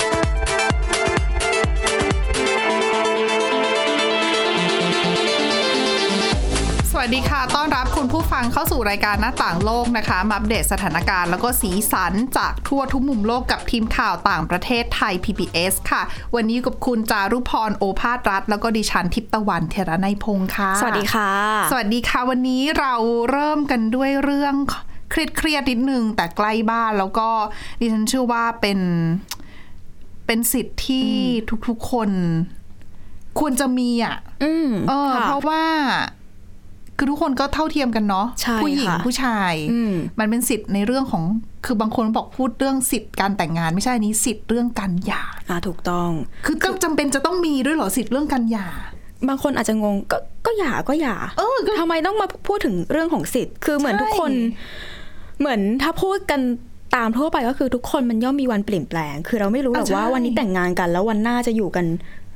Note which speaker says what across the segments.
Speaker 1: สวัสดีค่ะ ต้อนรับคุณผู้ฟังเข้าสู่รายการหน้าต่างโลกนะคะ มาอัปเดตสถานการณ์แล้วก็สีสันจากทั่วทุกมุมโลกกับทีมข่าวต่างประเทศไทย PBS ค่ะ วันนี้อยู่กับคุณจารุพร โอภาสรัฐ แล้วก็ดิฉันทิพย์ตะวันเทระนยพงค์ค่ะ
Speaker 2: สวัสดีค่ะ
Speaker 1: สวัสดีค่ะ วันนี้เราเริ่มกันด้วยเรื่องเครียดเครียดๆนิดนึง แต่ใกล้บ้านแล้วก็ดิฉันเชื่อว่าเป็นเป็นสิทธิ์ที่ทุกๆคนควรจะมีอ่ะ
Speaker 2: อืม
Speaker 1: เออ
Speaker 2: ค่ะ
Speaker 1: เพราะว่า คือทุกคนก็เท่าเทียมกันเนาะ
Speaker 2: ใช่
Speaker 1: ผู้หญิง
Speaker 2: ค่ะ
Speaker 1: ผู้ชาย
Speaker 2: อืม
Speaker 1: มันเป็นสิทธิ์ในเรื่องของ คือบางคนบอกพูดเรื่องสิทธิ์การแต่งงาน ไม่ใช่อันนี้สิทธิ์เรื่องการหย่า
Speaker 2: อ่าถูกต้อง
Speaker 1: คือต้องจำเป็นจะต้องมีด้วยเหรอสิทธิ์เรื่องการหย่า
Speaker 2: บางคนอาจจะงงก็ก็หย่าก็หย่า
Speaker 1: เออก็
Speaker 2: ทำไมต้องมาพูดถึงเรื่องของสิทธิ์ คือเหมือน
Speaker 1: ใช่
Speaker 2: ทุกคน เหมือนถ้าพูดกันตามทั่วไปก็คือทุกคนมันย่อมมีวันเปลี่ยนแปลง คือเราไม่รู้หรอก
Speaker 1: อ่ะใช่
Speaker 2: ว่าวันนี้แต่งงานกัน แล้ววันหน้าจะอยู่กัน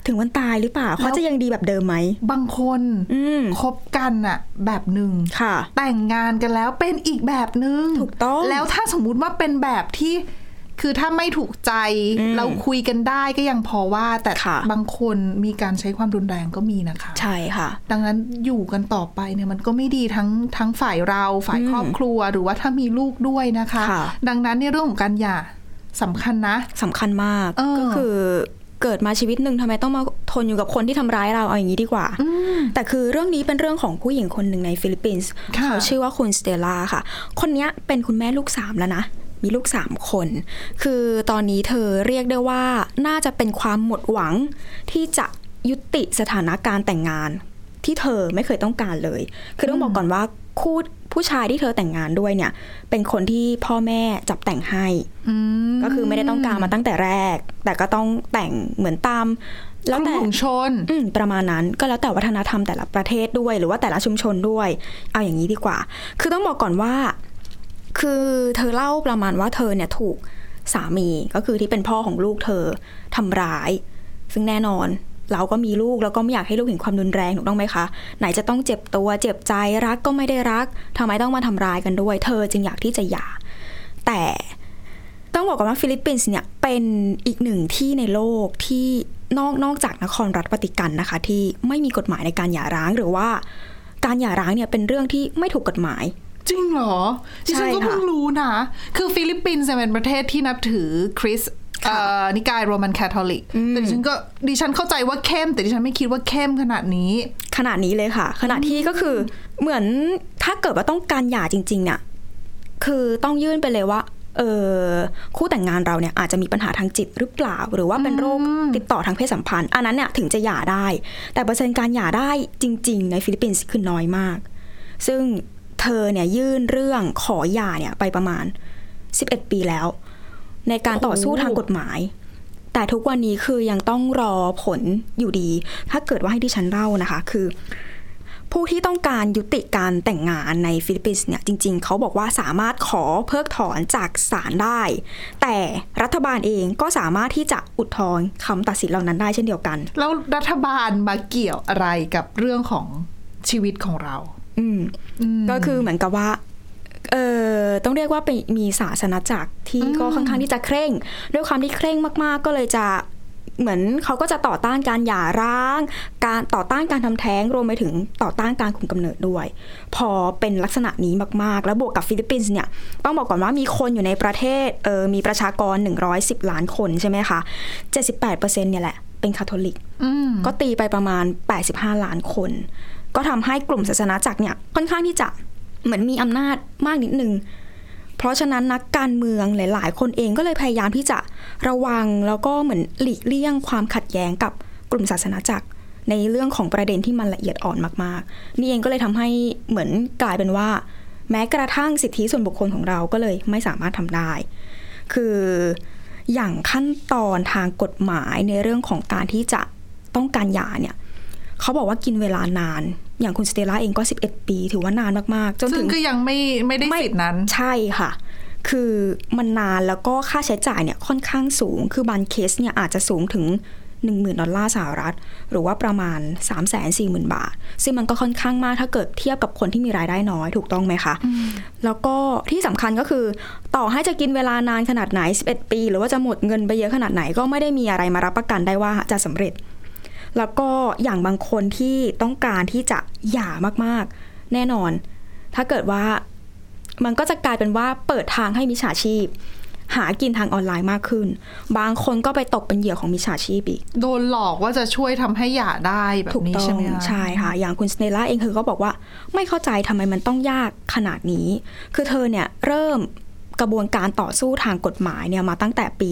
Speaker 2: ถึงวันตายหรือเปล่าเขาจะยังดีแบบเดิมไหม
Speaker 1: บางคน
Speaker 2: อืม
Speaker 1: คบกันอะแบบหนึ่ง
Speaker 2: ค่ะ
Speaker 1: แต่งงานกันแล้วเป็นอีกแบบหนึ่ง
Speaker 2: ถูกต้อง
Speaker 1: แล้วถ้าสมมุติว่าเป็นแบบที่ คือถ้าไม่ถูกใจ
Speaker 2: อืม
Speaker 1: เราคุยกันได้ก็ยังพอว่าแต่
Speaker 2: ค่ะ
Speaker 1: บางคนมีการใช้ความรุนแรงก็มีนะคะ
Speaker 2: ใช่ค่ะ
Speaker 1: ดังนั้นอยู่กันต่อไปเนี่ยมันก็ไม่ดีทั้งทั้งฝ่ายเราฝ่าย
Speaker 2: อืม
Speaker 1: ครอบครัวหรือว่าถ้ามีลูกด้วยนะคะ
Speaker 2: ค่ะ
Speaker 1: ดังนั้นในยเรื่องของการหย่าสำคัญนะ
Speaker 2: สำคัญมาก
Speaker 1: เออ
Speaker 2: ก็คือเกิดมาชีวิตหนึ่งทำไมต้องมาทนอยู่กับคนที่ทำร้ายเราเอาอย่างนี้ดีกว่า แต่คือเรื่องนี้เป็นเรื่องของผู้หญิงคนหนึ่งในฟิลิปปินส์
Speaker 1: ค่ะ
Speaker 2: เขาชื่อว่าคุณสเตลล่าค่ะ คนเนี้ยเป็นคุณแม่ลูกสามแล้วนะ มีลูกสามคน คือตอนนี้เธอเรียกได้ว่าน่าจะเป็นความหมดหวังที่จะยุติสถานการณ์แต่งงาน ที่เธอไม่เคยต้องการเลย คือต้องบอกก่อนว่าคู่ผู้ชายที่เธอแต่งงานด้วยเนี่ย เป็นคนที่พ่อแม่จับแต่งให้
Speaker 1: อืม
Speaker 2: ก็คือไม่ได้ต้องการมาตั้งแต่แรก แต่ก็ต้องแต่งเหมือนตาม
Speaker 1: ก
Speaker 2: แล้ว
Speaker 1: ลุ่ม
Speaker 2: แต่
Speaker 1: ของชน
Speaker 2: อืมประมาณนั้นก็แล้วแต่วัฒนธรรมแต่ละประเทศด้วย หรือว่าแต่ละชุมชนด้วย เอาอย่างนี้ดีกว่า คือต้องบอกก่อนว่า คือเธอเล่าประมาณว่าเธอเนี่ยถูกสามีก็คือที่เป็นพ่อของลูกเธอทำร้าย ซึ่งแน่นอน เราก็มีลูกแล้วก็ไม่อยากให้ลูกเห็นความรุนแรงถูกต้องไหมคะ ไหนจะต้องเจ็บตัวเจ็บใจรักก็ไม่ได้รักทำไมต้องมาทำร้ายกันด้วย เธอจึงอยากที่จะหย่าแต่ ต้องบอกก่อนว่าฟิลิปปินส์เนี่ยเป็นอีกหนึ่งที่ในโลกที่นอกนอกจากนครรัฐวาติกันนะคะ ที่ไม่มีกฎหมายในการหย่าร้างหรือว่าการหย่าร้างเนี่ยเป็นเรื่องที่ไม่ถูกกฎหมาย
Speaker 1: จริงเหรอดิฉันก็
Speaker 2: ใช่ค่ะ
Speaker 1: เพิ่งรู้นะ คือฟิลิปปินส์เนี่ยเป็นประเทศที่นับถือคริสต์
Speaker 2: ค่ะ
Speaker 1: เอ่อนิกายโรมันคาทอลิก
Speaker 2: อืม
Speaker 1: แต่ดิฉันก็ดิฉันเข้าใจว่าเข้ม แต่ดิฉันไม่คิดว่าเข้มขนาดนี้
Speaker 2: ขนาดนี้เลยค่ะ ขณะที่ก็คือเหมือนถ้าเกิดว่าต้องการหย่าจริงๆเนี่ยคือต้องยื่นไปเลยว่าเออคู่แต่งงานเราเนี่ยอาจจะมีปัญหาทางจิตหรือเปล่า หรือว่าเป็นโรคติดต่อทางเพศสัมพันธ์ อันนั้นเนี่ยถึงจะหย่าได้ แต่เปอร์เซ็นต์การหย่าได้จริง ๆ ในฟิลิปปินส์คือน้อยมาก ซึ่งเธอเนี่ยยื่นเรื่องขอหย่าเนี่ยไปประมาณ 11 ปีแล้ว ในการต่อสู้
Speaker 1: โอ้โห
Speaker 2: ทางกฎหมาย แต่ทุกวันนี้คือยังต้องรอผลอยู่ดี ถ้าเกิดว่าให้ดิฉันเล่านะคะ คือ ผู้ที่ต้องการยุติการแต่งงานในฟิลิปปินส์เนี่ยจริง ๆ เขาบอกว่าสามารถขอเพิกถอนจากศาลได้ แต่รัฐบาลเองก็สามารถที่จะอุทธรณ์คำตัดสินเหล่านั้นได้เช่นเดียวกัน
Speaker 1: แล้วรัฐบาลมาเกี่ยวอะไรกับเรื่องของชีวิตของเรา
Speaker 2: อืม
Speaker 1: อืม
Speaker 2: ก็คือเหมือนกับว่า เออต้องเรียกว่าเป็นมีศาสนาจักรที่
Speaker 1: อืม
Speaker 2: ก็ค่อนข้างที่จะเคร่ง ด้วยความที่เคร่งมาก ๆ ก็เลยจะเหมือนเขาก็จะต่อต้านการหย่าร้าง การต่อต้านการทำแท้งรวมไปถึงต่อต้านการคุมกำเนิดด้วย พอเป็นลักษณะนี้มาก ๆ แล้วบวกกับฟิลิปปินส์เนี่ยต้องบอกก่อนว่ามีคนอยู่ในประเทศเออมีประชากร 110 ล้านคนใช่ไหมคะ78%เนี่ยแหละเป็นคาทอลิก
Speaker 1: อืม
Speaker 2: ก็ตีไปประมาณ 85 ล้านคน ก็ทำให้กลุ่มศาสนาจักรเนี่ยค่อนข้างที่จะเหมือนมีอำนาจมากนิดนึง เพราะฉะนั้นนักการเมืองหลาย ๆ คนเองก็เลยพยายามที่จะระวังแล้วก็เหมือนหลีกเลี่ยงความขัดแย้งกับกลุ่มศาสนาจักร ในเรื่องของประเด็นที่มันละเอียดอ่อนมาก ๆ นี่เองก็เลยทำให้เหมือนกลายเป็นว่า แม้กระทั่งสิทธิส่วนบุคคลของเราก็เลยไม่สามารถทำได้ คืออย่างขั้นตอนทางกฎหมายในเรื่องของการที่จะต้องการหย่าเนี่ยเขาบอกว่ากินเวลานาน อย่างคุณสเตลล่าเองก็ 11 ปี ถือว่านานมาก ๆ จน
Speaker 1: ซึ่
Speaker 2: ถึ
Speaker 1: ง
Speaker 2: ง
Speaker 1: ก็ยังไม่ไม่ได้สิทธินั้น
Speaker 2: ใช่ค่ะ คือมันนานแล้วก็ค่าใช้จ่ายเนี่ยค่อนข้างสูง คือบางเคสเนี่ยอาจจะสูงถึง 10,000 ดอลลาร์สหรัฐ หรือว่าประมาณ 340,000 บาท ซึ่งมันก็ค่อนข้างมากถ้าเกิดเทียบกับคนที่มีรายได้น้อยถูกต้องไหมคะ แล้วก็ที่สำคัญก็คือ ต่อให้จะกินเวลานานขนาดไหน 11 ปี หรือว่าจะหมดเงินไปเยอะขนาดไหนก็ไม่ได้มีอะไรมารับประกันได้ว่าจะสำเร็จ แล้วก็อย่างบางคนที่ต้องการที่จะหย่ามากๆ แน่นอน ถ้าเกิดว่ามันก็จะกลายเป็นว่าเปิดทางให้มิจฉาชีพ หากินทางออนไลน์มากขึ้น บางคนก็ไปตกเป็นเหยื่อของมิจฉาชีพอีก
Speaker 1: โดนหลอกว่าจะช่วยทำให้หย่าได้แบบ
Speaker 2: ถูก
Speaker 1: นี้
Speaker 2: ต้อง
Speaker 1: ใช่ไหมคะ
Speaker 2: ใช่ค่ะ อย่างคุณสเนล่าเองเธอก็บอกว่า ไม่เข้าใจทำไมมันต้องยากขนาดนี้ คือเธอเนี่ยเริ่มกระบวนการต่อสู้ทางกฎหมายเนี่ยมาตั้งแต่ปี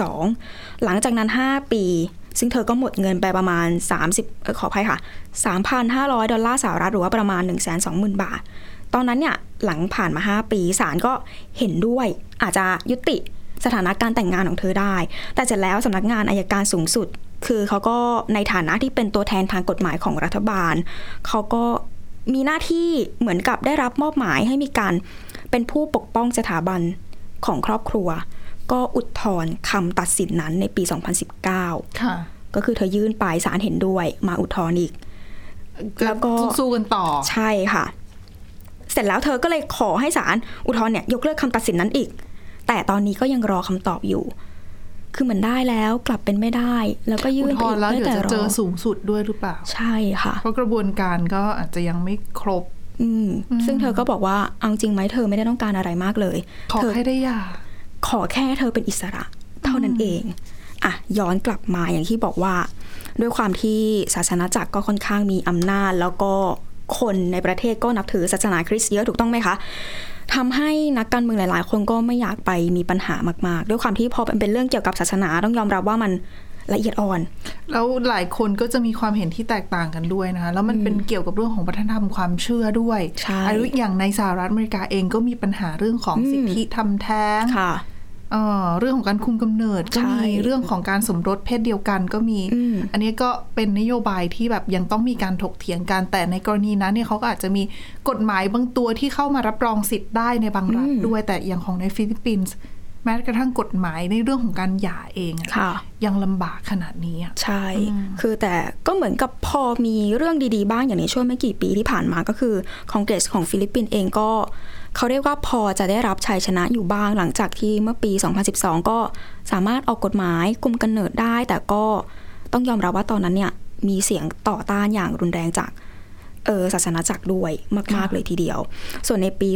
Speaker 2: 2012 หลังจากนั้น 5 ปี ซึ่งเธอก็หมดเงินไปประมาณ 30เอ่อขออภัยค่ะ 3,500 ดอลลาร์สหรัฐหรือว่าประมาณ 120,000 บาท ตอนนั้นเนี่ยหลังผ่านมา 5 ปีศาลก็เห็นด้วยอาจจะยุติสถานะการแต่งงานของเธอได้ แต่เสร็จแล้วสำนักงานอายการสูงสุด คือเขาก็ในฐานะที่เป็นตัวแทนทางกฎหมายของรัฐบาล เขาก็มีหน้าที่เหมือนกับได้รับมอบหมายให้มีการเป็นผู้ปกป้องสถาบันของครอบครัว ก็อุทธรณ์คำตัดสินนั้นในปี 2019
Speaker 1: ค่ะ
Speaker 2: ก็คือเธอยื่นไปศาลเห็นด้วยมาอุทธรณ์อีก แล้วก็
Speaker 1: สู้กันต่อ
Speaker 2: ใช่ค่ะ เสร็จแล้วเธอก็เลยขอให้ศาลอุทธรณ์เนี่ยยกเลิกคำตัดสินนั้นอีก แต่ตอนนี้ก็ยังรอคำตอบอยู่ คือมันได้แล้วกลับเป็นไม่ได้ แล้วก็ยื่
Speaker 1: อุทธ
Speaker 2: น
Speaker 1: ร
Speaker 2: ไปอี
Speaker 1: ณ์
Speaker 2: ก
Speaker 1: แล้ว
Speaker 2: ได้
Speaker 1: เดี๋ยว
Speaker 2: แต่
Speaker 1: จะ
Speaker 2: ร
Speaker 1: เจอ
Speaker 2: อ
Speaker 1: สูงสุดด้วยหรือเปล่า
Speaker 2: ใช่ค่ะ
Speaker 1: เพราะกระบวนการก็อาจจะยังไม่ครบ
Speaker 2: อืม ซึ่งเธอก็บอกว่าเอาจริงไหมเธอไม่ได้ต้องการอะไรมากเลย
Speaker 1: ขอ
Speaker 2: เธอ
Speaker 1: ให้ได้หย่า
Speaker 2: ขอแค่เธอเป็นอิสระ เท่านั้นเองอ่ะย้อนกลับมาอย่างที่บอกว่า ด้วยความที่ศาสนาจักรก็ค่อนข้างมีอำนาจ แล้วก็คนในประเทศก็นับถือศาสนาคริสต์เยอะถูกต้องไหมคะทำให้นักการเมืองหลาย ๆ คนก็ไม่อยากไปมีปัญหามาก ๆ ด้วยความที่พอมันเป็นเรื่องเกี่ยวกับศาสนาต้องยอมรับว่ามันละเอียดอ่อน
Speaker 1: แล้วหลายคนก็จะมีความเห็นที่แตกต่างกันด้วยนะคะ แล้วมันเป็นเกี่ยวกับเรื่องของวัฒนธรรมความเชื่อด้วย
Speaker 2: ใช่
Speaker 1: อายุอย่างในสหรัฐอเมริกาเองก็มีปัญหาเรื่องของสิทธิทำแท้ง
Speaker 2: ค่ะ
Speaker 1: เอ่อเรื่องของการคุมกำเนิดก็
Speaker 2: ใช่
Speaker 1: มี เรื่องของการสมรสเพศเดียวกันก็มี
Speaker 2: อืม
Speaker 1: อันนี้ก็เป็นนโยบายที่แบบยังต้องมีการถกเถียงกัน แต่ในกรณีนั้นเนี่ยเขาก็อาจจะมีกฎหมายบางตัวที่เข้ามารับรองสิทธิ์ได้ในบางรัฐด้วย แต่อย่างของในฟิลิปปินส์แม้กระทั่งกฎหมายในเรื่องของการหย่าเองอะ
Speaker 2: ค่ะ
Speaker 1: ยังลำบากขนาดนี้อะ
Speaker 2: ใช่ คือแต่ก็เหมือนกับพอมีเรื่องดีๆ บ้างอย่างในช่วงไม่กี่ปีที่ผ่านมาก็คือคองเกรสของฟิลิปปินส์เองก็เขาเรียกว่าพอจะได้รับชัยชนะอยู่บ้างหลังจากที่เมื่อปี 2012 ก็สามารถออกกฎหมายคุมกำเนิดได้ แต่ก็ต้องยอมรับว่าตอนนั้นเนี่ยมีเสียงต่อต้านอย่างรุนแรงจาก เออศาสนาจักรด้วยมาก ๆ เลยทีเดียว ส่วนในปี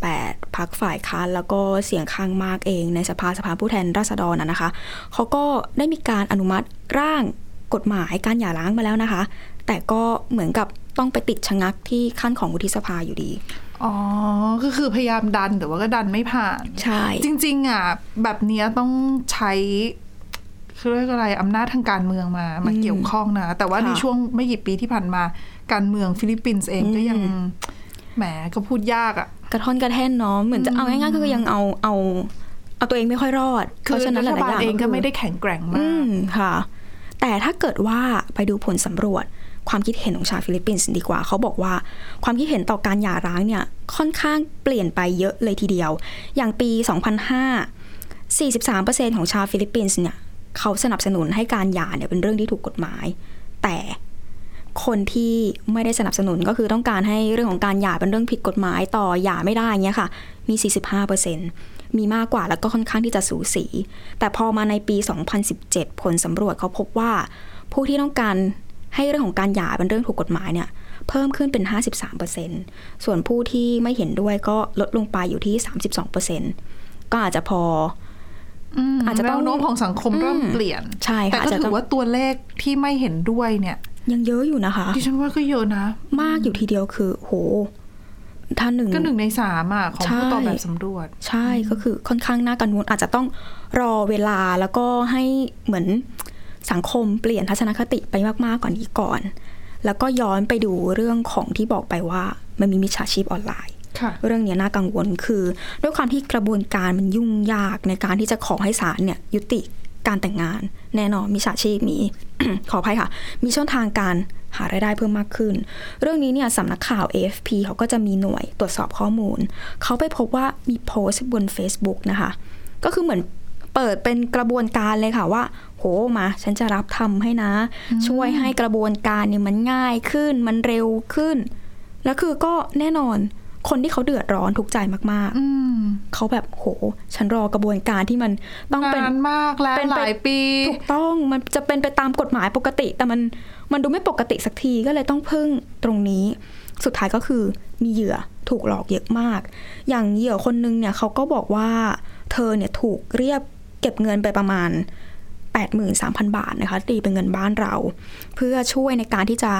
Speaker 2: 2018พรรคฝ่ายค้านแล้วก็เสียงข้างมากเองในสภาสภาผู้แทนราษฎรนะนะคะ เขาก็ได้มีการอนุมัติร่างกฎหมายการหย่าร้างมาแล้วนะคะ แต่ก็เหมือนกับต้องไปติดชะงักที่ขั้นของวุฒิสภาอยู่ดี
Speaker 1: อ๋อ ก็คือพยายามดันแต่ว่าก็ดันไม่ผ่าน
Speaker 2: ใช่
Speaker 1: จริง ๆ อ่ะ แบบเนี้ยต้องใช้เขาเรียกอะไรอำนาจทางการเมืองมามาเกี่ยวข้องนะ แต่ว่า
Speaker 2: ค่ะ
Speaker 1: ในช่วงไม่กี่ปีที่ผ่านมา การเมืองฟิลิปปินส์เองก็ยัง
Speaker 2: อืม
Speaker 1: แหมก็พูดยากอ่ะ
Speaker 2: กระท่อนกระแท่นเนาะเหมือนจะเอาง่ายๆคือยังเอาเอาเอาตัวเองไม่ค่อยรอด
Speaker 1: คือ
Speaker 2: พะฉะ
Speaker 1: รั
Speaker 2: นั้นห
Speaker 1: ฐ
Speaker 2: ลยๆ
Speaker 1: บาล
Speaker 2: ย่
Speaker 1: เองก็
Speaker 2: คื
Speaker 1: ไม่ได้แข็งแกร่งมา
Speaker 2: อื
Speaker 1: ก
Speaker 2: มค่ะ แต่ถ้าเกิดว่าไปดูผลสำรวจความคิดเห็นของชาวฟิลิปปินส์ดีกว่า เขาบอกว่าความคิดเห็นต่อการหย่าร้างเนี่ยค่อนข้างเปลี่ยนไปเยอะเลยทีเดียว อย่างปี 2005 43%ของชาวฟิลิปปินส์เนี่ยเขาสนับสนุนให้การหย่าเนี่ยเป็นเรื่องที่ถูกกฎหมาย แต่คนที่ไม่ได้สนับสนุนก็คือต้องการให้เรื่องของการหย่าเป็นเรื่องผิดกฎหมายต่อหย่าไม่ได้เงี้ยค่ะ มี 45%มีมากกว่าแล้วก็ค่อนข้างที่จะสูสี แต่พอมาในปี 2017 ผลสำรวจเขาพบว่า ผู้ที่ต้องการให้เรื่องของการหย่าเป็นเรื่องถูกกฎหมายเนี่ยเพิ่มขึ้นเป็น 53%ส่วนผู้ที่ไม่เห็นด้วยก็ลดลงไปอยู่ที่ 32%ก็อาจจะพอ
Speaker 1: อืม
Speaker 2: อาจจะต้อง
Speaker 1: แนวโน้มของสังคมเริ่ม
Speaker 2: อืม
Speaker 1: เปลี่ยน
Speaker 2: ใช่ค่ะ
Speaker 1: แต่ก็
Speaker 2: อาจจะต้
Speaker 1: ถื
Speaker 2: อง
Speaker 1: อว่าตัวเลขที่ไม่เห็นด้วยเนี่ย
Speaker 2: ยังเยอะอยู่นะคะ
Speaker 1: ดิฉันว่าก็เยอะนะ
Speaker 2: มากอยู่ทีเดียวคือโหท่านหนึ่ง
Speaker 1: ก็หนึ่งในสามอ่ะของผู้ตอบแบบสำรวจ
Speaker 2: ใช่ก็คือค่อนข้างน่ากังวลอาจจะต้องรอเวลาแล้วก็ให้เหมือนสังคมเปลี่ยนทัศนคติไปมาก ๆ กว่านี้ก่อน แล้วก็ย้อนไปดูเรื่องของที่บอกไปว่ามันมีมิจฉาชีพออนไลน์
Speaker 1: ค่ะ
Speaker 2: เรื่องเนี้ยน่ากังวลคือ ด้วยความที่กระบวนการมันยุ่งยากในการที่จะขอให้ศาลเนี่ยยุติการแต่งงาน แน่นอนมิจฉาชีพมี ขออภัยค่ะ มีช่องทางการหารายได้เพิ่มมากขึ้น เรื่องนี้เนี่ยสำนักข่าว AFP เขาก็จะมีหน่วยตรวจสอบข้อมูล เขาไปพบว่ามีโพสต์บน Facebook นะคะ ก็คือเหมือน เปิดเป็นกระบวนการเลยค่ะว่า โหมาฉันจะรับทำให้นะ ช่วยให้กระบวนการเนี่ยมันง่ายขึ้น มันเร็วขึ้น แล้วคือก็แน่นอนคนที่เขาเดือดร้อนทุกข์ใจมาก
Speaker 1: อืม
Speaker 2: ๆ เขาแบบโห ฉันรอกระบวนการที่มันต้องเป็น
Speaker 1: นานมากแล้ว
Speaker 2: เป็น
Speaker 1: ห
Speaker 2: ไป
Speaker 1: ลายปี
Speaker 2: ถูกต้องมันจะเป็นไปตามกฎหมายปกติ แต่มันมันดูไม่ปกติสักทีก็เลยต้องพึ่งตรงนี้ สุดท้ายก็คือมีเหยื่อถูกหลอกเยอะมาก อย่างเหยื่อคนนึงเนี่ยเขาก็บอกว่าเธอเนี่ยถูกเรียบเก็บเงินไปประมาณ 83,000 บาทนะคะตีเป็นเงินบ้านเรา เพื่อช่วยในการที่จะ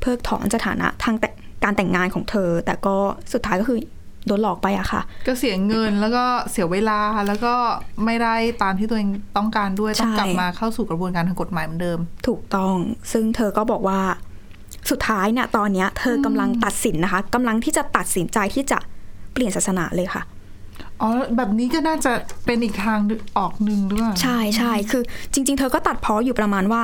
Speaker 2: เพิกถอนสถานะทางแต่การแต่งงานของเธอ แต่ก็สุดท้ายก็คือโดนหลอกไปอะค่ะ
Speaker 1: ก็เสียเงินแล้วก็เสียเวลาแล้วก็ไม่ได้ตามที่ตัวเองต้องการด้วย ต้อง
Speaker 2: ใช่
Speaker 1: กลับมาเข้าสู่กระบวนการทางกฎหมายเหมือนเดิม
Speaker 2: ถูกต้อง ซึ่งเธอก็บอกว่า สุดท้ายเนี่ย ตอนเนี้ยเธอกำลังตัดสินนะคะกำลังที่จะตัดสินใจที่จะเปลี่ยนศาสนาเลยค่ะ
Speaker 1: อ๋อ แบบนี้ก็น่าจะเป็นอีกทางออกหนึ่งด้วย
Speaker 2: ใช่ใช่คือจริง ๆ เธอก็ตัดพ้ออยู่ประมาณ ว่า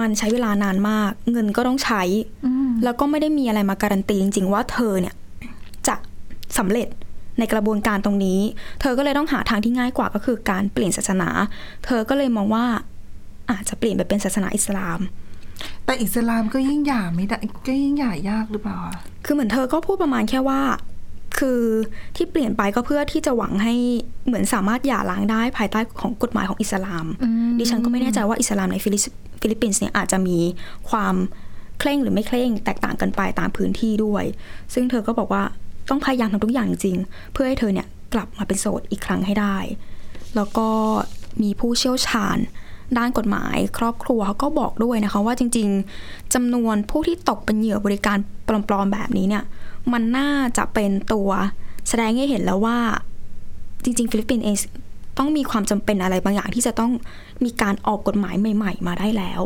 Speaker 2: มันใช้เวลานานมาก เงินก็ต้องใช้
Speaker 1: อืม
Speaker 2: แล้วก็ไม่ได้มีอะไรมาการันตีจริง ๆ ว่าเธอเนี่ยจะสำเร็จในกระบวนการตรงนี้ เธอก็เลยต้องหาทางที่ง่ายกว่าก็คือการเปลี่ยนศาสนา เธอก็เลยมองว่าอาจจะเปลี่ยนไปเป็นศาสนาอิสลาม
Speaker 1: แต่อิสลามก็ยิ่งหย่าไม่ได้ก็ยิ่งหย่ายากหรือเปล่าอะ
Speaker 2: คือเหมือนเธอก็พูดประมาณแค่ว่า คือที่เปลี่ยนไปก็เพื่อที่จะหวังให้เหมือนสามารถหย่าร้างได้ภายใต้ของกฎหมายของอิสลาม ดิฉันก็ไม่แน่ใจว่าอิสลามในฟิลิปฟิลิปปินส์เนี่ยอาจจะมีความเคร่งหรือไม่เคร่งแตกต่างกันไปตามพื้นที่ด้วย ซึ่งเธอก็บอกว่าต้องพยายามทำทุกอย่างจริงๆ เพื่อให้เธอเนี่ยกลับมาเป็นโสดอีกครั้งให้ได้ แล้วก็มีผู้เชี่ยวชาญ ด้านกฎหมายครอบครัวเขาก็บอกด้วยนะคะ ว่าจริงๆจำนวนผู้ที่ตกเป็นเหยื่อบริการปลอมๆแบบนี้เนี่ย มันน่าจะเป็นตัวแสดงให้เห็นแล้วว่า จริงๆ ฟิลิปปินส์เองต้องมีความจำเป็นอะไรบางอย่างที่จะต้องมีการออกกฎหมายใหม่ๆ มาได้แล้ว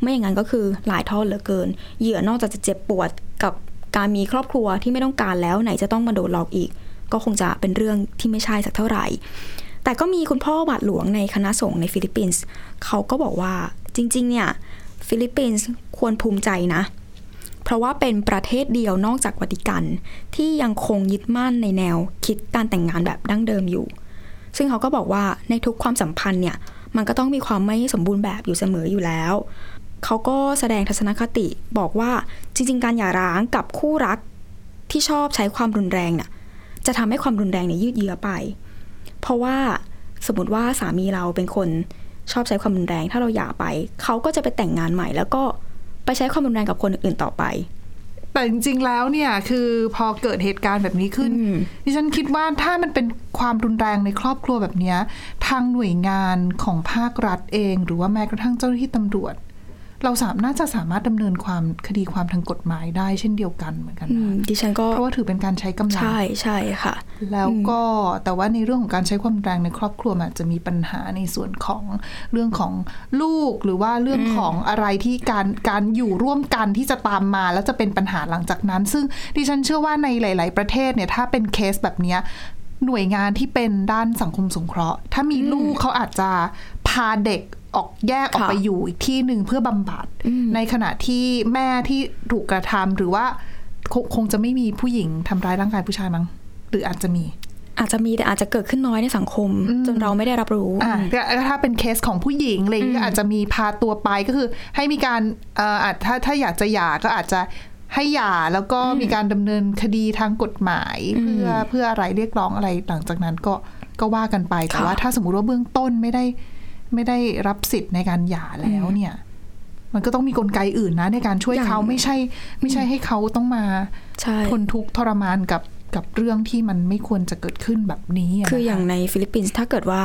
Speaker 2: ไม่อย่างนั้นก็คือหลายทอดเหลือเกิน เหยื่อนอกจากจะเจ็บปวดกับการมีครอบครัวที่ไม่ต้องการแล้วไหนจะต้องมาโดนหลอกอีก ก็คงจะเป็นเรื่องที่ไม่ใช่สักเท่าไหร่ แต่ก็มีคุณพ่อบาทหลวงในคณะสงฆ์ในฟิลิปปินส์เขาก็บอกว่าจริง ๆ เนี่ยฟิลิปปินส์ควรภูมิใจนะ เพราะว่าเป็นประเทศเดียวนอกจากวัติกัน ที่ยังคงยึดมั่นในแนวคิดการแต่งงานแบบดั้งเดิมอยู่ ซึ่งเขาก็บอกว่าในทุกความสัมพันธ์เนี่ย มันก็ต้องมีความไม่สมบูรณ์แบบอยู่เสมออยู่แล้ว เขาก็แสดงทัศนคติบอกว่าจริง ๆ การหย่าร้างกับคู่รักที่ชอบใช้ความรุนแรงเนี่ยจะทำให้ความรุนแรงเนี่ยยืดเยื้อไป เพราะว่าสมมติว่าสามีเราเป็นคนชอบใช้ความรุนแรง ถ้าเราหย่าไป เขาก็จะไปแต่งงานใหม่ แล้วก็ไปใช้ความรุนแรงกับคนอื่นๆต่อไป
Speaker 1: แต่จริงๆ แล้วเนี่ยคือพอเกิดเหตุการณ์แบบนี้ขึ้น
Speaker 2: อืม
Speaker 1: ดิฉันคิดว่าถ้ามันเป็นความรุนแรงในครอบครัวแบบเนี้ยทางหน่วยงานของภาครัฐเอง หรือว่าแม้กระทั่งเจ้าหน้าที่ตำรวจ เราสามารถน่าจะสามารถดำเนินความคดีความทางกฎหมายได้เช่นเดียวกันเหมือนกัน
Speaker 2: อื
Speaker 1: นะ
Speaker 2: มดิฉันก็
Speaker 1: เพราะว่าถือเป็นการใช้กำลัง
Speaker 2: ใช่ใช่ค่ะ
Speaker 1: แล้วก็แต่ว่าในเรื่องของการใช้ความรุนแรงในครอบครัวมันอาจจะมีปัญหาในส่วนของเรื่องของลูกหรือว่าเรื่องของอะไรที่การการอยู่ร่วมกันที่จะตามมาแล้วจะเป็นปัญหาหลังจากนั้น ซึ่งดิฉันเชื่อว่าในหลาย ๆ ประเทศเนี่ยถ้าเป็นเคสแบบเนี้ยหน่วยงานที่เป็นด้านสังคมสงเคราะห์ ถ้ามีลูกเขาอาจจะพาเด็กออกแยกออกไป
Speaker 2: ค่ะ
Speaker 1: อยู่อีกที่หนึ่งเพื่อบำบัด ในขณะที่แม่ที่ถูกกระทำหรือว่าคงคงจะไม่มีผู้หญิงทำร้ายร่างกายผู้ชายมั้งหรืออาจจะมี
Speaker 2: อาจจะมีแต่อาจจะเกิดขึ้นน้อยในสังคม จนเราไม่ได้รับรู้
Speaker 1: อ่ะ
Speaker 2: อืม
Speaker 1: ก็ก็ถ้าเป็นเคสของผู้หญิงอะไรอย่างงี้ก็อาจจะมีพาตัวไปก็คือ ให้มีการเอ่ออาจถ้าถ้าอยากจะหย่าก็อาจจะให้หย่าแล้วก็มีการดำเนินคดีทางกฎหมาย เพื่อเพื่ออะไรเรียกร้องอะไรหลังจากนั้นก็ก็ว่ากันไปแต่
Speaker 2: ค่ะ
Speaker 1: ว่าถ้าสมมติว่าเบื้องต้นไม่ได้ไม่ได้รับสิทธิ์ในการหย่าแล้วเนี่ย มันก็ต้องมีกลไกอื่นนะ ในการช่วยเขาไม่ใช่ ไม่ใช่ให้เขาต้องมา
Speaker 2: ใช่
Speaker 1: ทนทุกข์ทรมานกับกับเรื่องที่มันไม่ควรจะเกิดขึ้นแบบนี้ะ
Speaker 2: คือ
Speaker 1: นะะ
Speaker 2: อย่างในฟิลิปปินส์ถ้าเกิดว่า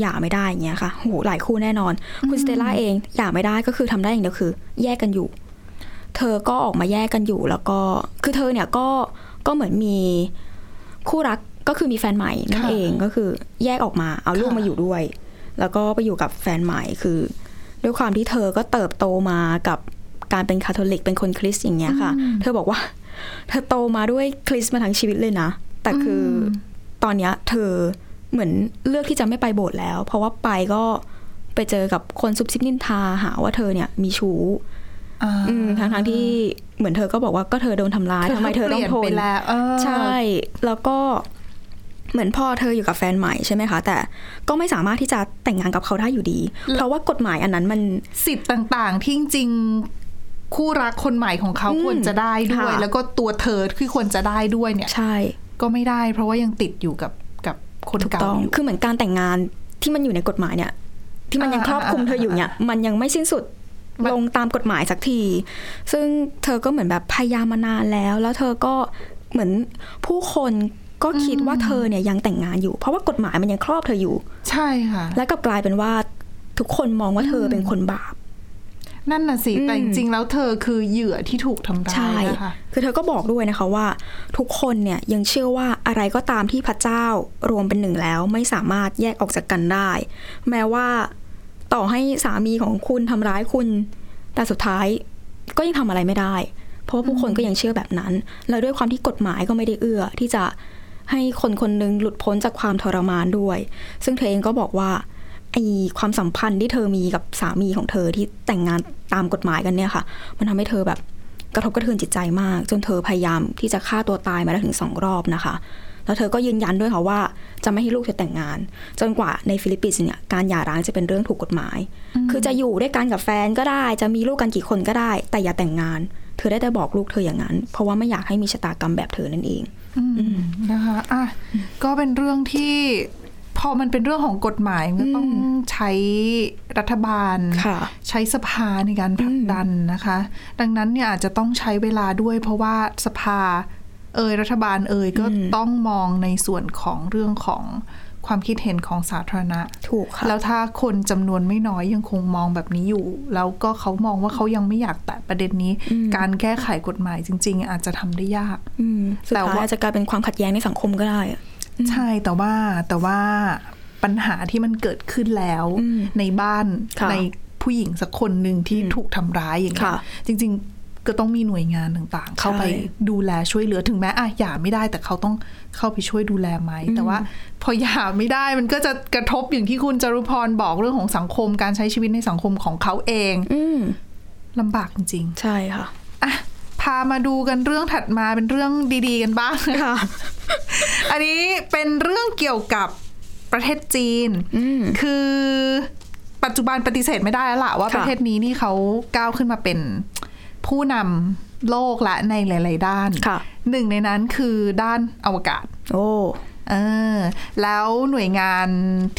Speaker 2: หย่าไม่ได้อย่างเงี้ยค่ะโหหลายคู่แน่นอน คุณสเตลล่าเองหย่าไม่ได้ก็คือทำได้อย่างเดียวคือ แยกกันอยู่ เธอก็ออกมาแยกกันอยู่แล้วก็คือเธอเนี่ยก็ก็เหมือนมีคู่รักก็คือมีแฟนใหม่นั่น
Speaker 1: ค่ะ
Speaker 2: เองก็คือแยกออกมาเอาลูก
Speaker 1: ค่ะ
Speaker 2: มาอยู่ด้วย แล้วก็ไปอยู่กับแฟนใหม่คือ ด้วยความที่เธอก็เติบโตมากับการเป็นคาทอลิกเป็นคนคริสต์อย่างเงี้ยค่ะ เธอบอกว่า เธอโตมาด้วยคริสต์มาทั้งชีวิตเลยนะ แต่คืออตอนเนี้ยเธอเหมือนเลือกที่จะไม่ไปโบสถ์แล้ว เพราะว่าไปก็ไปเจอกับคนซุบซิบนินทาหาว่าเธอเนี่ยมีชู้
Speaker 1: อ่า
Speaker 2: อืมทั้งทั้งๆที่เหมือนเธอก็บอกว่าก็เธอโดนทำร้ายทำไมเธอต้องท
Speaker 1: เปลี่ยน
Speaker 2: น
Speaker 1: ไปแล้วเออ
Speaker 2: ใช่ แล้วก็ เหมือนพ่อเธออยู่กับแฟนใหม่ใช่ไหมคะ แต่ก็ไม่สามารถที่จะแต่งงานกับเขาได้อยู่ดี เพราะว่ากฎหมายอันนั้นมัน
Speaker 1: สิทธิ์ต่างๆ ที่จริงๆคู่รักคนใหม่ของเขา
Speaker 2: อืม
Speaker 1: ควรจะได้ด้วย
Speaker 2: ค่ะ
Speaker 1: แล้วก็ตัวเธอที่ควรจะได้ด้วยเนี่ย
Speaker 2: ใช่
Speaker 1: ก็ไม่ได้ เพราะว่ายังติดอยู่กับกับคน
Speaker 2: ถูก
Speaker 1: เก่า
Speaker 2: ต้อง
Speaker 1: อยู่
Speaker 2: คือเหมือนการแต่งงานที่มันอยู่ในกฎหมายเนี่ย ที่มันยัง
Speaker 1: อ่า
Speaker 2: ครอบคลุมเธออยู่เนี่ย มันยังไม่สิ้นสุด
Speaker 1: มัน
Speaker 2: ลงตามกฎหมายสักที ซึ่งเธอก็เหมือนแบบพยายามมานานแล้ว แล้วเธอก็เหมือนผู้คนก็คิดว่าเธอเนี่ยยังแต่งงานอยู่ เพราะว่ากฎหมายมันยังครอบเธออยู่
Speaker 1: ใช่ค่ะ
Speaker 2: และกลับกลายเป็นว่าทุกคนมองว่าเธอเป็นคนบาป
Speaker 1: นั่นน่ะสิ
Speaker 2: อืม
Speaker 1: แต่จริงๆแล้วเธอคือเหยื่อที่ถูกทำร้า
Speaker 2: ใช่
Speaker 1: ยนะคะ
Speaker 2: คือเธอก็บอกด้วยนะคะว่า ทุกคนเนี่ยยังเชื่อว่าอะไรก็ตามที่พระเจ้ารวมเป็นหนึ่งแล้วไม่สามารถแยกออกจากกันได้ แม้ว่าต่อให้สามีของคุณทำร้ายคุณ แต่สุดท้ายก็ยังทำอะไรไม่ได้ เพราะว่าผู้คนก็ยังเชื่อแบบนั้น แล้วด้วยความที่กฎหมายก็ไม่ได้เอื้อ ที่จะให้คนคนหนึงหลุดพ้นจากความทรมานด้วย ซึ่งเธอเองก็บอกว่าไอความสัมพันธ์ที่เธอมีกับสามีของเธอที่แต่งงานตามกฎหมายกันเนี่ยค่ะ มันทำให้เธอแบบ กระทบกระเทือนจิตใจมาก จนเธอพยายามที่จะฆ่าตัวตายมาแล้วถึงสองรอบนะคะ แล้วเธอก็ยืนยันด้วยค่ะว่าจะไม่ให้ลูกเธอแต่งงาน จนกว่าในฟิลิปปินส์เนี่ยการหย่าร้างจะเป็นเรื่องถูกกฎหมาย คือจะอยู่ด้วยกันกับแฟนก็ได้ จะมีลูกกันกี่คนก็ได้ แต่อย่าแต่งงาน เธอได้แต่บอกลูกเธออย่างนั้น เพราะว่าไม่อยากให้มีชะตากรรมแบบเธอนั่นเอง
Speaker 1: นะคะอ่ะก็เป็นเรื่องที่พอมันเป็นเรื่องของกฎหมายมันก็ต้องใช้รัฐบาล
Speaker 2: ค่ะ
Speaker 1: ใช้สภาในการผลักดันนะคะ ดังนั้นเนี่ยอาจจะต้องใช้เวลาด้วย เพราะว่าสภาเอยรัฐบาลเอยก็ต้องมองในส่วนของเรื่องของความคิดเห็นของสาธารณะ
Speaker 2: ถูกค่ะ
Speaker 1: แล้วถ้าคนจำนวนไม่น้อยยังคงมองแบบนี้อยู่ แล้วก็เขามองว่าเขายังไม่อยากแตะประเด็นนี้ การแก้ไขกฎหมายจริง ๆ อาจจะทำได้ยาก
Speaker 2: อืมสุด
Speaker 1: แต่
Speaker 2: ท้าย
Speaker 1: ว่า
Speaker 2: อาจจะกลายเป็นความขัดแย้งในสังคมก็ได้อะ
Speaker 1: ใช่แต่ว่าแต่ว่าปัญหาที่มันเกิดขึ้นแล้ว
Speaker 2: อืม
Speaker 1: ในบ้าน
Speaker 2: ค่ะ
Speaker 1: ในผู้หญิงสักคนหนึ่งที่ถูกทำร้ายอย่างเงี้ย
Speaker 2: ค่ะ
Speaker 1: จริง ๆ ก็ต้องมีหน่วยงานต่างๆ เข้าไป
Speaker 2: ใช่
Speaker 1: ดูแลช่วยเหลือถึงแม้อ่ะหย่าไม่ได้แต่เขาต้องเข้าไปช่วยดูแลไหม แต่ว่าพอหย่าไม่ได้มันก็จะกระทบอย่างที่คุณจารุพรบอกเรื่องของสังคมการใช้ชีวิตในสังคมของเขาเอง
Speaker 2: อืม
Speaker 1: ลำบากจริง ๆ
Speaker 2: ใช่ค่ะ
Speaker 1: อ่ะพามาดูกันเรื่องถัดมาเป็นเรื่องดีๆกันบ้าง นะคะ อันนี้เป็นเรื่องเกี่ยวกับประเทศจีน
Speaker 2: อืม
Speaker 1: คือปัจจุบันปฏิเสธไม่ได้แล้วล่ะว่า
Speaker 2: ค่ะ
Speaker 1: ประเทศนี้นี่เขาก้าวขึ้นมาเป็นผู้นำโลกและในหลาย ๆ ด้าน
Speaker 2: ค่ะ
Speaker 1: หนึ่งในนั้นคือด้านอวกาศ
Speaker 2: โอ้
Speaker 1: เออแล้วหน่วยงาน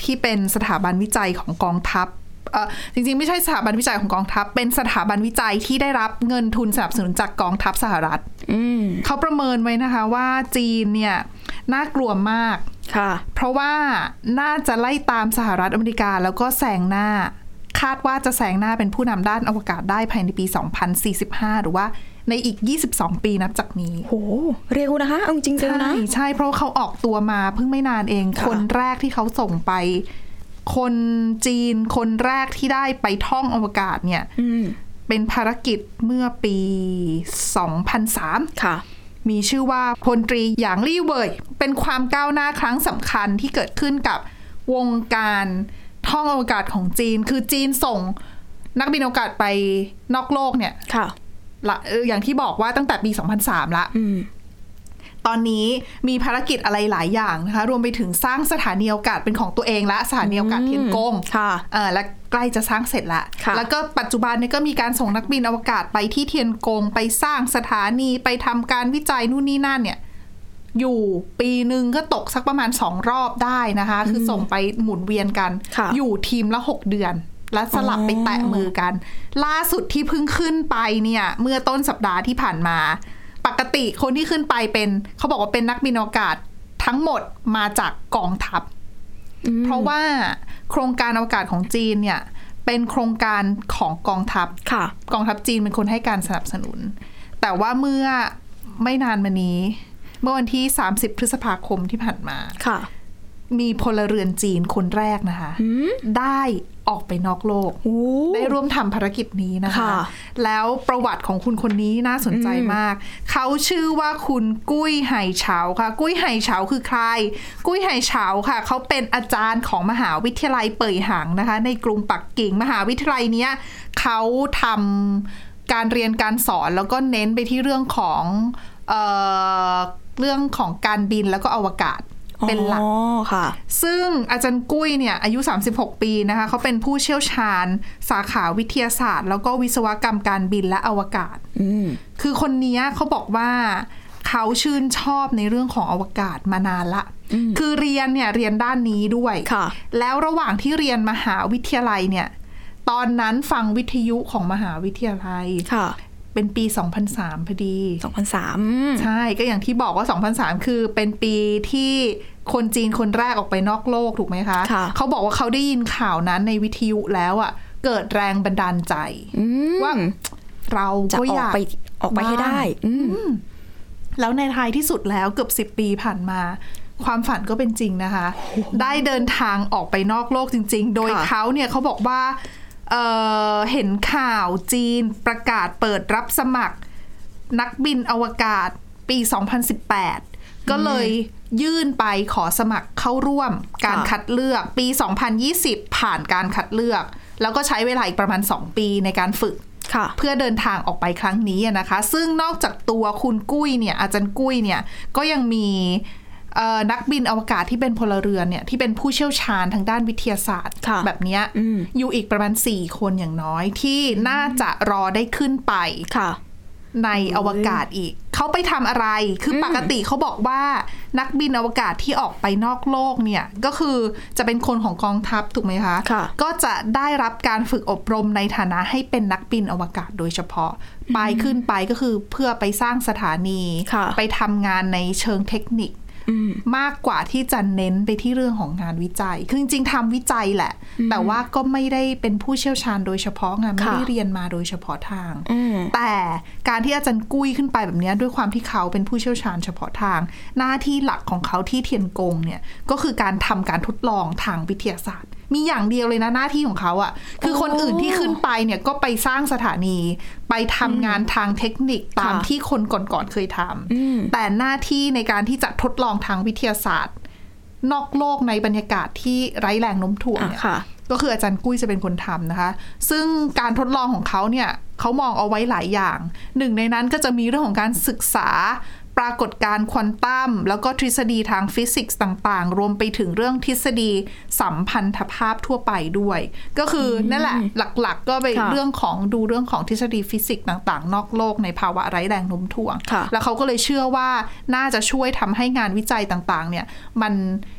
Speaker 1: ที่เป็นสถาบันวิจัยของกองทัพเออจริงๆ ไม่ใช่สถาบันวิจัยของกองทัพ เป็นสถาบันวิจัยที่ได้รับเงินทุนสนับสนุนจากกองทัพสหรัฐ
Speaker 2: อืม
Speaker 1: เขาประเมินไว้นะคะว่าจีนเนี่ยน่ากลัวมาก
Speaker 2: ค่ะ
Speaker 1: เพราะว่าน่าจะไล่ตามสหรัฐอเมริกาแล้วก็แซงหน้า คาดว่าจะแซงหน้าเป็นผู้นำด้านอวกาศได้ภายในปี 2045 หรือว่าในอีก 22 ปีนับจากนี้
Speaker 2: โห เร็วนะคะ เอาจริงๆเร็ว
Speaker 1: ใช่
Speaker 2: นะ
Speaker 1: ใช่เพราะเขาออกตัวมาเพิ่งไม่นานเอง
Speaker 2: ค่ะ
Speaker 1: คนแรกที่เขาส่งไป คนจีนคนแรกที่ได้ไปท่องอวกาศเนี่ย
Speaker 2: อืม
Speaker 1: เป็นภารกิจเมื่อปี 2003
Speaker 2: ค่ะ
Speaker 1: มีชื่อว่าพลตรีหยางลี่เว่ยเป็นความก้าวหน้าครั้งสำคัญที่เกิดขึ้นกับวงการท่องอวกาศของจีน คือจีนส่งนักบินอวกาศไปนอกโลกเนี่ย
Speaker 2: ค่ะ
Speaker 1: ละเอ่ออย่างที่บอกว่าตั้งแต่ปี 2003 ละ
Speaker 2: อืม
Speaker 1: ตอนนี้มีภารกิจอะไรหลายอย่างนะคะ รวมไปถึงสร้างสถานีอวกาศเป็นของตัวเองและสถานีอวกาศเทียนกง
Speaker 2: ค่ะ
Speaker 1: เออและใกล้จะสร้างเสร็จละ
Speaker 2: ค่ะ
Speaker 1: แล้วก็ปัจจุบันเนี่ยก็มีการส่งนักบินอวกาศไปที่เทียนกง ไปสร้างสถานีไปทำการวิจัยนู่นนี่นั่นเนี่ย อยู่ปีหนึ่งก็ตกสักประมาณสองรอบได้นะคะ คือส่งไปหมุนเวียนกัน
Speaker 2: ค่ะ
Speaker 1: อยู่ทีมละหกเดือน และสลับไปแตะมือกัน ล่าสุดที่เพิ่งขึ้นไปเนี่ย เมื่อต้นสัปดาห์ที่ผ่านมา ปกติคนที่ขึ้นไปเป็น เขาบอกว่าเป็นนักบินอวกาศทั้งหมดมาจากกองทัพ
Speaker 2: อืม
Speaker 1: เพราะว่าโครงการอวกาศของจีนเนี่ย เป็นโครงการของกองทัพ
Speaker 2: ค่ะ
Speaker 1: กองทัพจีนเป็นคนให้การสนับสนุน แต่ว่าเมื่อไม่นานมานี้ เมื่อวันที่ 30 พฤษภาคมที่ผ่านมา
Speaker 2: ค่ะ
Speaker 1: มีพลเรือนจีนคนแรกนะคะ ได้ออกไปนอกโลก
Speaker 2: โอ้
Speaker 1: ได้ร่วมทำภารกิจนี้นะคะ
Speaker 2: ค่ะ
Speaker 1: แล้วประวัติของคุณคนนี้น่าสนใจมาก เขาชื่อว่าคุณกุ้ยไหเฉาค่ะ กุ้ยไหเฉาคือใคร กุ้ยไหเฉาค่ะ เขาเป็นอาจารย์ของมหาวิทยาลัยเป่ยหางนะคะ ในกรุงปักกิ่งมหาวิทยาลัยเนี้ยเขาทำการเรียนการสอนแล้วก็เน้นไปที่เรื่องของเออเรื่องของการบินแล้วก็อวกาศ เป็นหลัก
Speaker 2: อ๋อค่ะ
Speaker 1: ซึ่งอาจารย์กุ้ยเนี่ยอายุ 36 ปีนะคะเขาเป็นผู้เชี่ยวชาญ สาขาวิทยาศาสตร์ แล้วก็วิศวกรรมการบินและอวกาศ
Speaker 2: อืม
Speaker 1: คือคนเนี้ยเขาบอกว่าเขาชื่นชอบในเรื่องของอวกาศมานานละ คือเรียนเนี่ยเรียนด้านนี้ด้วย
Speaker 2: ค่ะ
Speaker 1: แล้วระหว่างที่เรียนมหาวิทยาลัยเนี่ย ตอนนั้นฟังวิทยุของมหาวิทยาลัย
Speaker 2: ค่ะ
Speaker 1: เป็นปี 2003พอดี
Speaker 2: สองพันสาม
Speaker 1: ใช่ ก็อย่างที่บอกว่า 2003 คือเป็นปีที่คนจีนคนแรกออกไปนอกโลกถูกไหมคะ
Speaker 2: ค่ะ
Speaker 1: เขาบอกว่าเขาได้ยินข่าวนั้นในวิทยุแล้วอ่ะ เกิดแรงบันดาลใจ
Speaker 2: อืม
Speaker 1: ว่าเรา
Speaker 2: จะ
Speaker 1: ก็
Speaker 2: อ
Speaker 1: อ
Speaker 2: อก
Speaker 1: ยาก
Speaker 2: ไปออกไปให้ได้ อืม
Speaker 1: แล้วในท้ายที่สุดแล้วเกือบ 10 ปีผ่านมา ความฝันก็เป็นจริงนะคะ ได้เดินทางออกไปนอกโลกจริง ๆ โดย
Speaker 2: ค่ะ
Speaker 1: เขาเนี่ยเขาบอกว่าเอ่อเห็นข่าวจีนประกาศเปิดรับสมัคร นักบินอวกาศปี 2018 ก็เลยยื่นไปขอสมัครเข้าร่วมการคัดเลือกปี 2020 ผ่านการคัดเลือก แล้วก็ใช้เวลาอีกประมาณ 2 ปีในการฝึก
Speaker 2: ค่ะ
Speaker 1: เพื่อเดินทางออกไปครั้งนี้อะนะคะ ซึ่งนอกจากตัวคุณกุ้ยเนี่ยอาจารย์กุ้ยเนี่ยก็ยังมีเอ่อนักบินอวกาศที่เป็นพลเรือนเนี่ยที่เป็นผู้เชี่ยวชาญทางด้านวิทยาศาสตร์
Speaker 2: ค่ะ
Speaker 1: แบบเนี้ย
Speaker 2: อืม
Speaker 1: อยู่อีกประมาณ 4 คนอย่างน้อยที่น่าจะรอได้ขึ้นไป
Speaker 2: ค่ะ
Speaker 1: ในอวกาศอีก เขาไปทำอะไรคืออปกติเขาบอกว่านักบินอวกาศที่ออกไปนอกโลกเนี่ยก็คือจะเป็นคนของกองทัพถูกไหมคะ
Speaker 2: ค่ะ
Speaker 1: ก็จะได้รับการฝึกอบรมในฐานะให้เป็นนักบินอวกาศโดยเฉพาะ ไปขึ้นไปก็คือเพื่อไปสร้างสถานี
Speaker 2: ค่ะ
Speaker 1: ไปทำงานในเชิงเทคนิค
Speaker 2: อืม
Speaker 1: มากกว่าที่จะเน้นไปที่เรื่องของงานวิจัย คือจริงๆทำวิจัยแหละ แต่ว่าก็ไม่ได้เป็นผู้เชี่ยวชาญโดยเฉพาะงานไม่
Speaker 2: ค่ะ
Speaker 1: ได้เรียนมาโดยเฉพาะทาง
Speaker 2: อืม
Speaker 1: แต่การที่อาจารย์กุ้ยขึ้นไปแบบเนี้ยด้วยความที่เขาเป็นผู้เชี่ยวชาญเฉพาะทาง หน้าที่หลักของเขาที่เทียนกงเนี่ยก็คือการทำการทดลองทางวิทยาศาสตร์ มีอย่างเดียวเลยนะหน้าที่ของเขาอะ่ะคือคนอื่นที่ขึ้นไปเนี่ยก็ไปสร้างสถานี ไปทำงานทางเทคนิคตาม
Speaker 2: ค่ะ
Speaker 1: ที่คนก่อนๆเคยทำแต่หน้าที่ในการที่จะทดลองทางวิทยาศาสตร์ นอกโลกในบรรยากาศที่ไร้แรงโน้มถ่วง
Speaker 2: อ่ะ
Speaker 1: เนี่ย
Speaker 2: ค่ะ
Speaker 1: ก็คืออาจารย์กุ้ยจะเป็นคนทำนะคะ ซึ่งการทดลองของเขาเนี่ยเขามองเอาไว้หลายอย่าง หนึ่งในนั้นก็จะมีเรื่องของการศึกษา ปรากฏการณ์ควอนตัม แล้วก็ทฤษฎีทางฟิสิกส์ต่างๆ รวมไปถึงเรื่องทฤษฎีสัมพันธภาพทั่วไปด้วย ก็คืออนั่นแหละหลักๆ ก็ไป
Speaker 2: ค่ะ
Speaker 1: เรื่องของดูเรื่องของทฤษฎีฟิสิกส์ต่างๆ นอกโลกในภาวะไร้แรงโน้มถ่วง
Speaker 2: ค่ะ
Speaker 1: แล้วเขาก็เลยเชื่อว่าน่าจะช่วยทำให้งานวิจัยต่างๆ เนี่ยมัน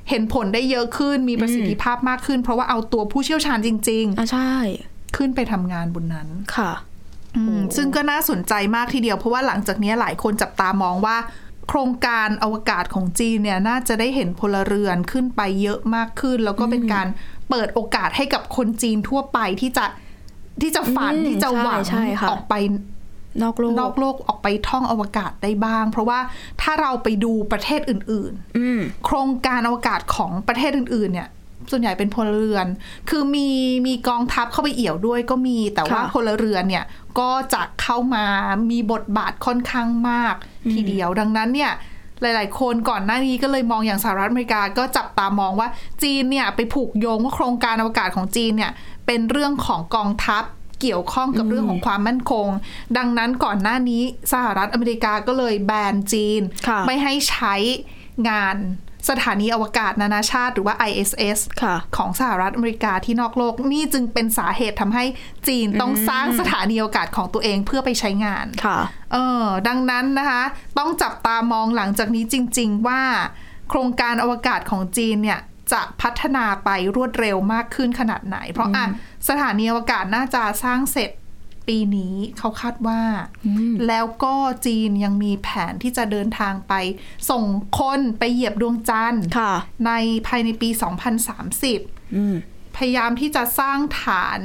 Speaker 1: เห็นผลได้เยอะขึ้น มีประสิทธิภาพมากขึ้น เพราะว่าเอาตัวผู้เชี่ยวชาญจริง
Speaker 2: อ่ะใช่
Speaker 1: ๆ ขึ้นไปทำงานบนนั้น
Speaker 2: ค่ะ
Speaker 1: อืมซึ่งก็น่าสนใจมากทีเดียว เพราะว่าหลังจากนี้หลายคนจับตามองว่า โครงการอวกาศของจีนเนี่ยน่าจะได้เห็นพลเรือนขึ้นไปเยอะมากขึ้น แล้วก็เป็นการเปิดโอกาสให้กับคนจีนทั่วไปที่จะที่จะฝัน
Speaker 2: อืม
Speaker 1: ที่จะหวัง
Speaker 2: ใช่ใช่ค่ะ
Speaker 1: ออกไป
Speaker 2: นอกโลก
Speaker 1: นอกโลกออกไปท่องอวกาศได้บ้าง เพราะว่าถ้าเราไปดูประเทศอื่น
Speaker 2: อืม
Speaker 1: ๆ โครงการอวกาศของประเทศอื่น ๆ เนี่ย ส่วนใหญ่เป็นพลเรือน คือมีมีกองทัพเข้าไปเอี่ยวด้วยก็มี แต่ว่า
Speaker 2: ค่ะ
Speaker 1: พลเรือนเนี่ยก็จะเข้ามามีบทบาทค่อนข้างมากทีเดียว ดังนั้นเนี่ยหลาย ๆ คนก่อนหน้านี้ก็เลยมองอย่างสหรัฐอเมริกาก็จับตามองว่าจีนเนี่ยไปผูกโยงว่าโครงการอวกาศของจีนเนี่ยเป็นเรื่องของกองทัพเกี่ยวข้องกับเรื่องของความมั่นคง ดังนั้นก่อนหน้านี้สหรัฐอเมริกาก็เลยแบนจีน
Speaker 2: ค่ะ
Speaker 1: ไม่ให้ใช้งานสถานีอวกาศนานาชาติหรือว่า ISS
Speaker 2: ค่ะ
Speaker 1: ของสหรัฐอเมริกาที่นอกโลกนี่จึงเป็นสาเหตุทำให้จีนต้องสร้างสถานีอวกาศของตัวเองเพื่อไปใช้งาน
Speaker 2: ค่ะ
Speaker 1: เออดังนั้นนะคะ ต้องจับตามองหลังจากนี้จริง ๆ ว่า โครงการอวกาศของจีนเนี่ยจะพัฒนาไปรวดเร็วมากขึ้นขนาดไหน เพราะอ่ะสถานีอวกาศน่าจะสร้างเสร็จปีนี้เขาคาดว่า แล้วก็จีนยังมีแผนที่จะเดินทางไป ส่งคนไปเหยียบดวงจันทร์
Speaker 2: ค่ะ
Speaker 1: ในภายในปี 2030
Speaker 2: อืม
Speaker 1: พยายามที่จะสร้างฐาน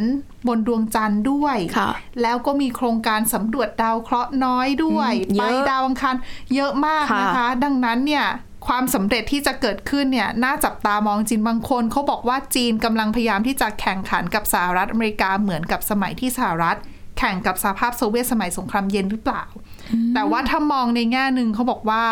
Speaker 1: บนดวงจันทร์ด้วย
Speaker 2: ค่ะ
Speaker 1: แล้วก็มีโครงการสำรวจดาวเคราะห์น้อยด้วย
Speaker 2: อืมเย
Speaker 1: ไป
Speaker 2: อะ
Speaker 1: ดาวอังคารเยอะมาก
Speaker 2: ค่ะ
Speaker 1: นะคะ ดังนั้นเนี่ยความสำเร็จที่จะเกิดขึ้นเนี่ยน่าจับตามองจีนบางคนเขาบอกว่าจีนกำลังพยายามที่จะแข่งขันกับสหรัฐอเมริกาเหมือนกับสมัยที่สหรัฐ แข่งกับสหภาพโซเวียตสมัยสงครามเย็นหรือเปล่า แต่ว่าถ้ามองในแง่หนึ่งเขาบอกว่า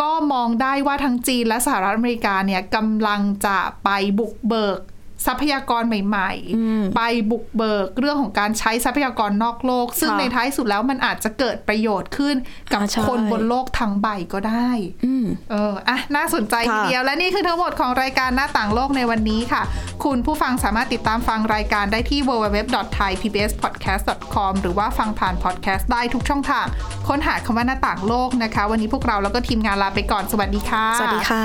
Speaker 1: ก็มองได้ว่าทั้งจีนและสหรัฐอเมริกาเนี่ยกำลังจะไปบุกเบิก ทรัพยากรใหม่
Speaker 2: อืม
Speaker 1: ๆ ไปบุกเบิกเรื่องของการใช้ทรัพยากรนอกโลก ซึ่ง
Speaker 2: ค่ะ
Speaker 1: ในท้ายสุดแล้วมันอาจจะเกิดประโยชน์ขึ้นกับ
Speaker 2: อ่าใช่
Speaker 1: คนบนโลกทั้งใบก็ได้
Speaker 2: อืม
Speaker 1: เอออ่ะ น่าสนใจที
Speaker 2: ค่ะ
Speaker 1: เดียว และนี่คือทั้งหมดของรายการหน้าต่างโลกในวันนี้ค่ะ คุณผู้ฟังสามารถติดตามฟังรายการได้ที่ www.thaipbspodcast.com หรือว่าฟังผ่านพอดแคสต์ได้ทุกช่องทาง ค้นหาคำว่าหน้าต่างโลกนะคะ วันนี้พวกเราแล้วก็ทีมงานลาไปก่อน สวัสดีค่ะ
Speaker 2: สวัสดีค่ะ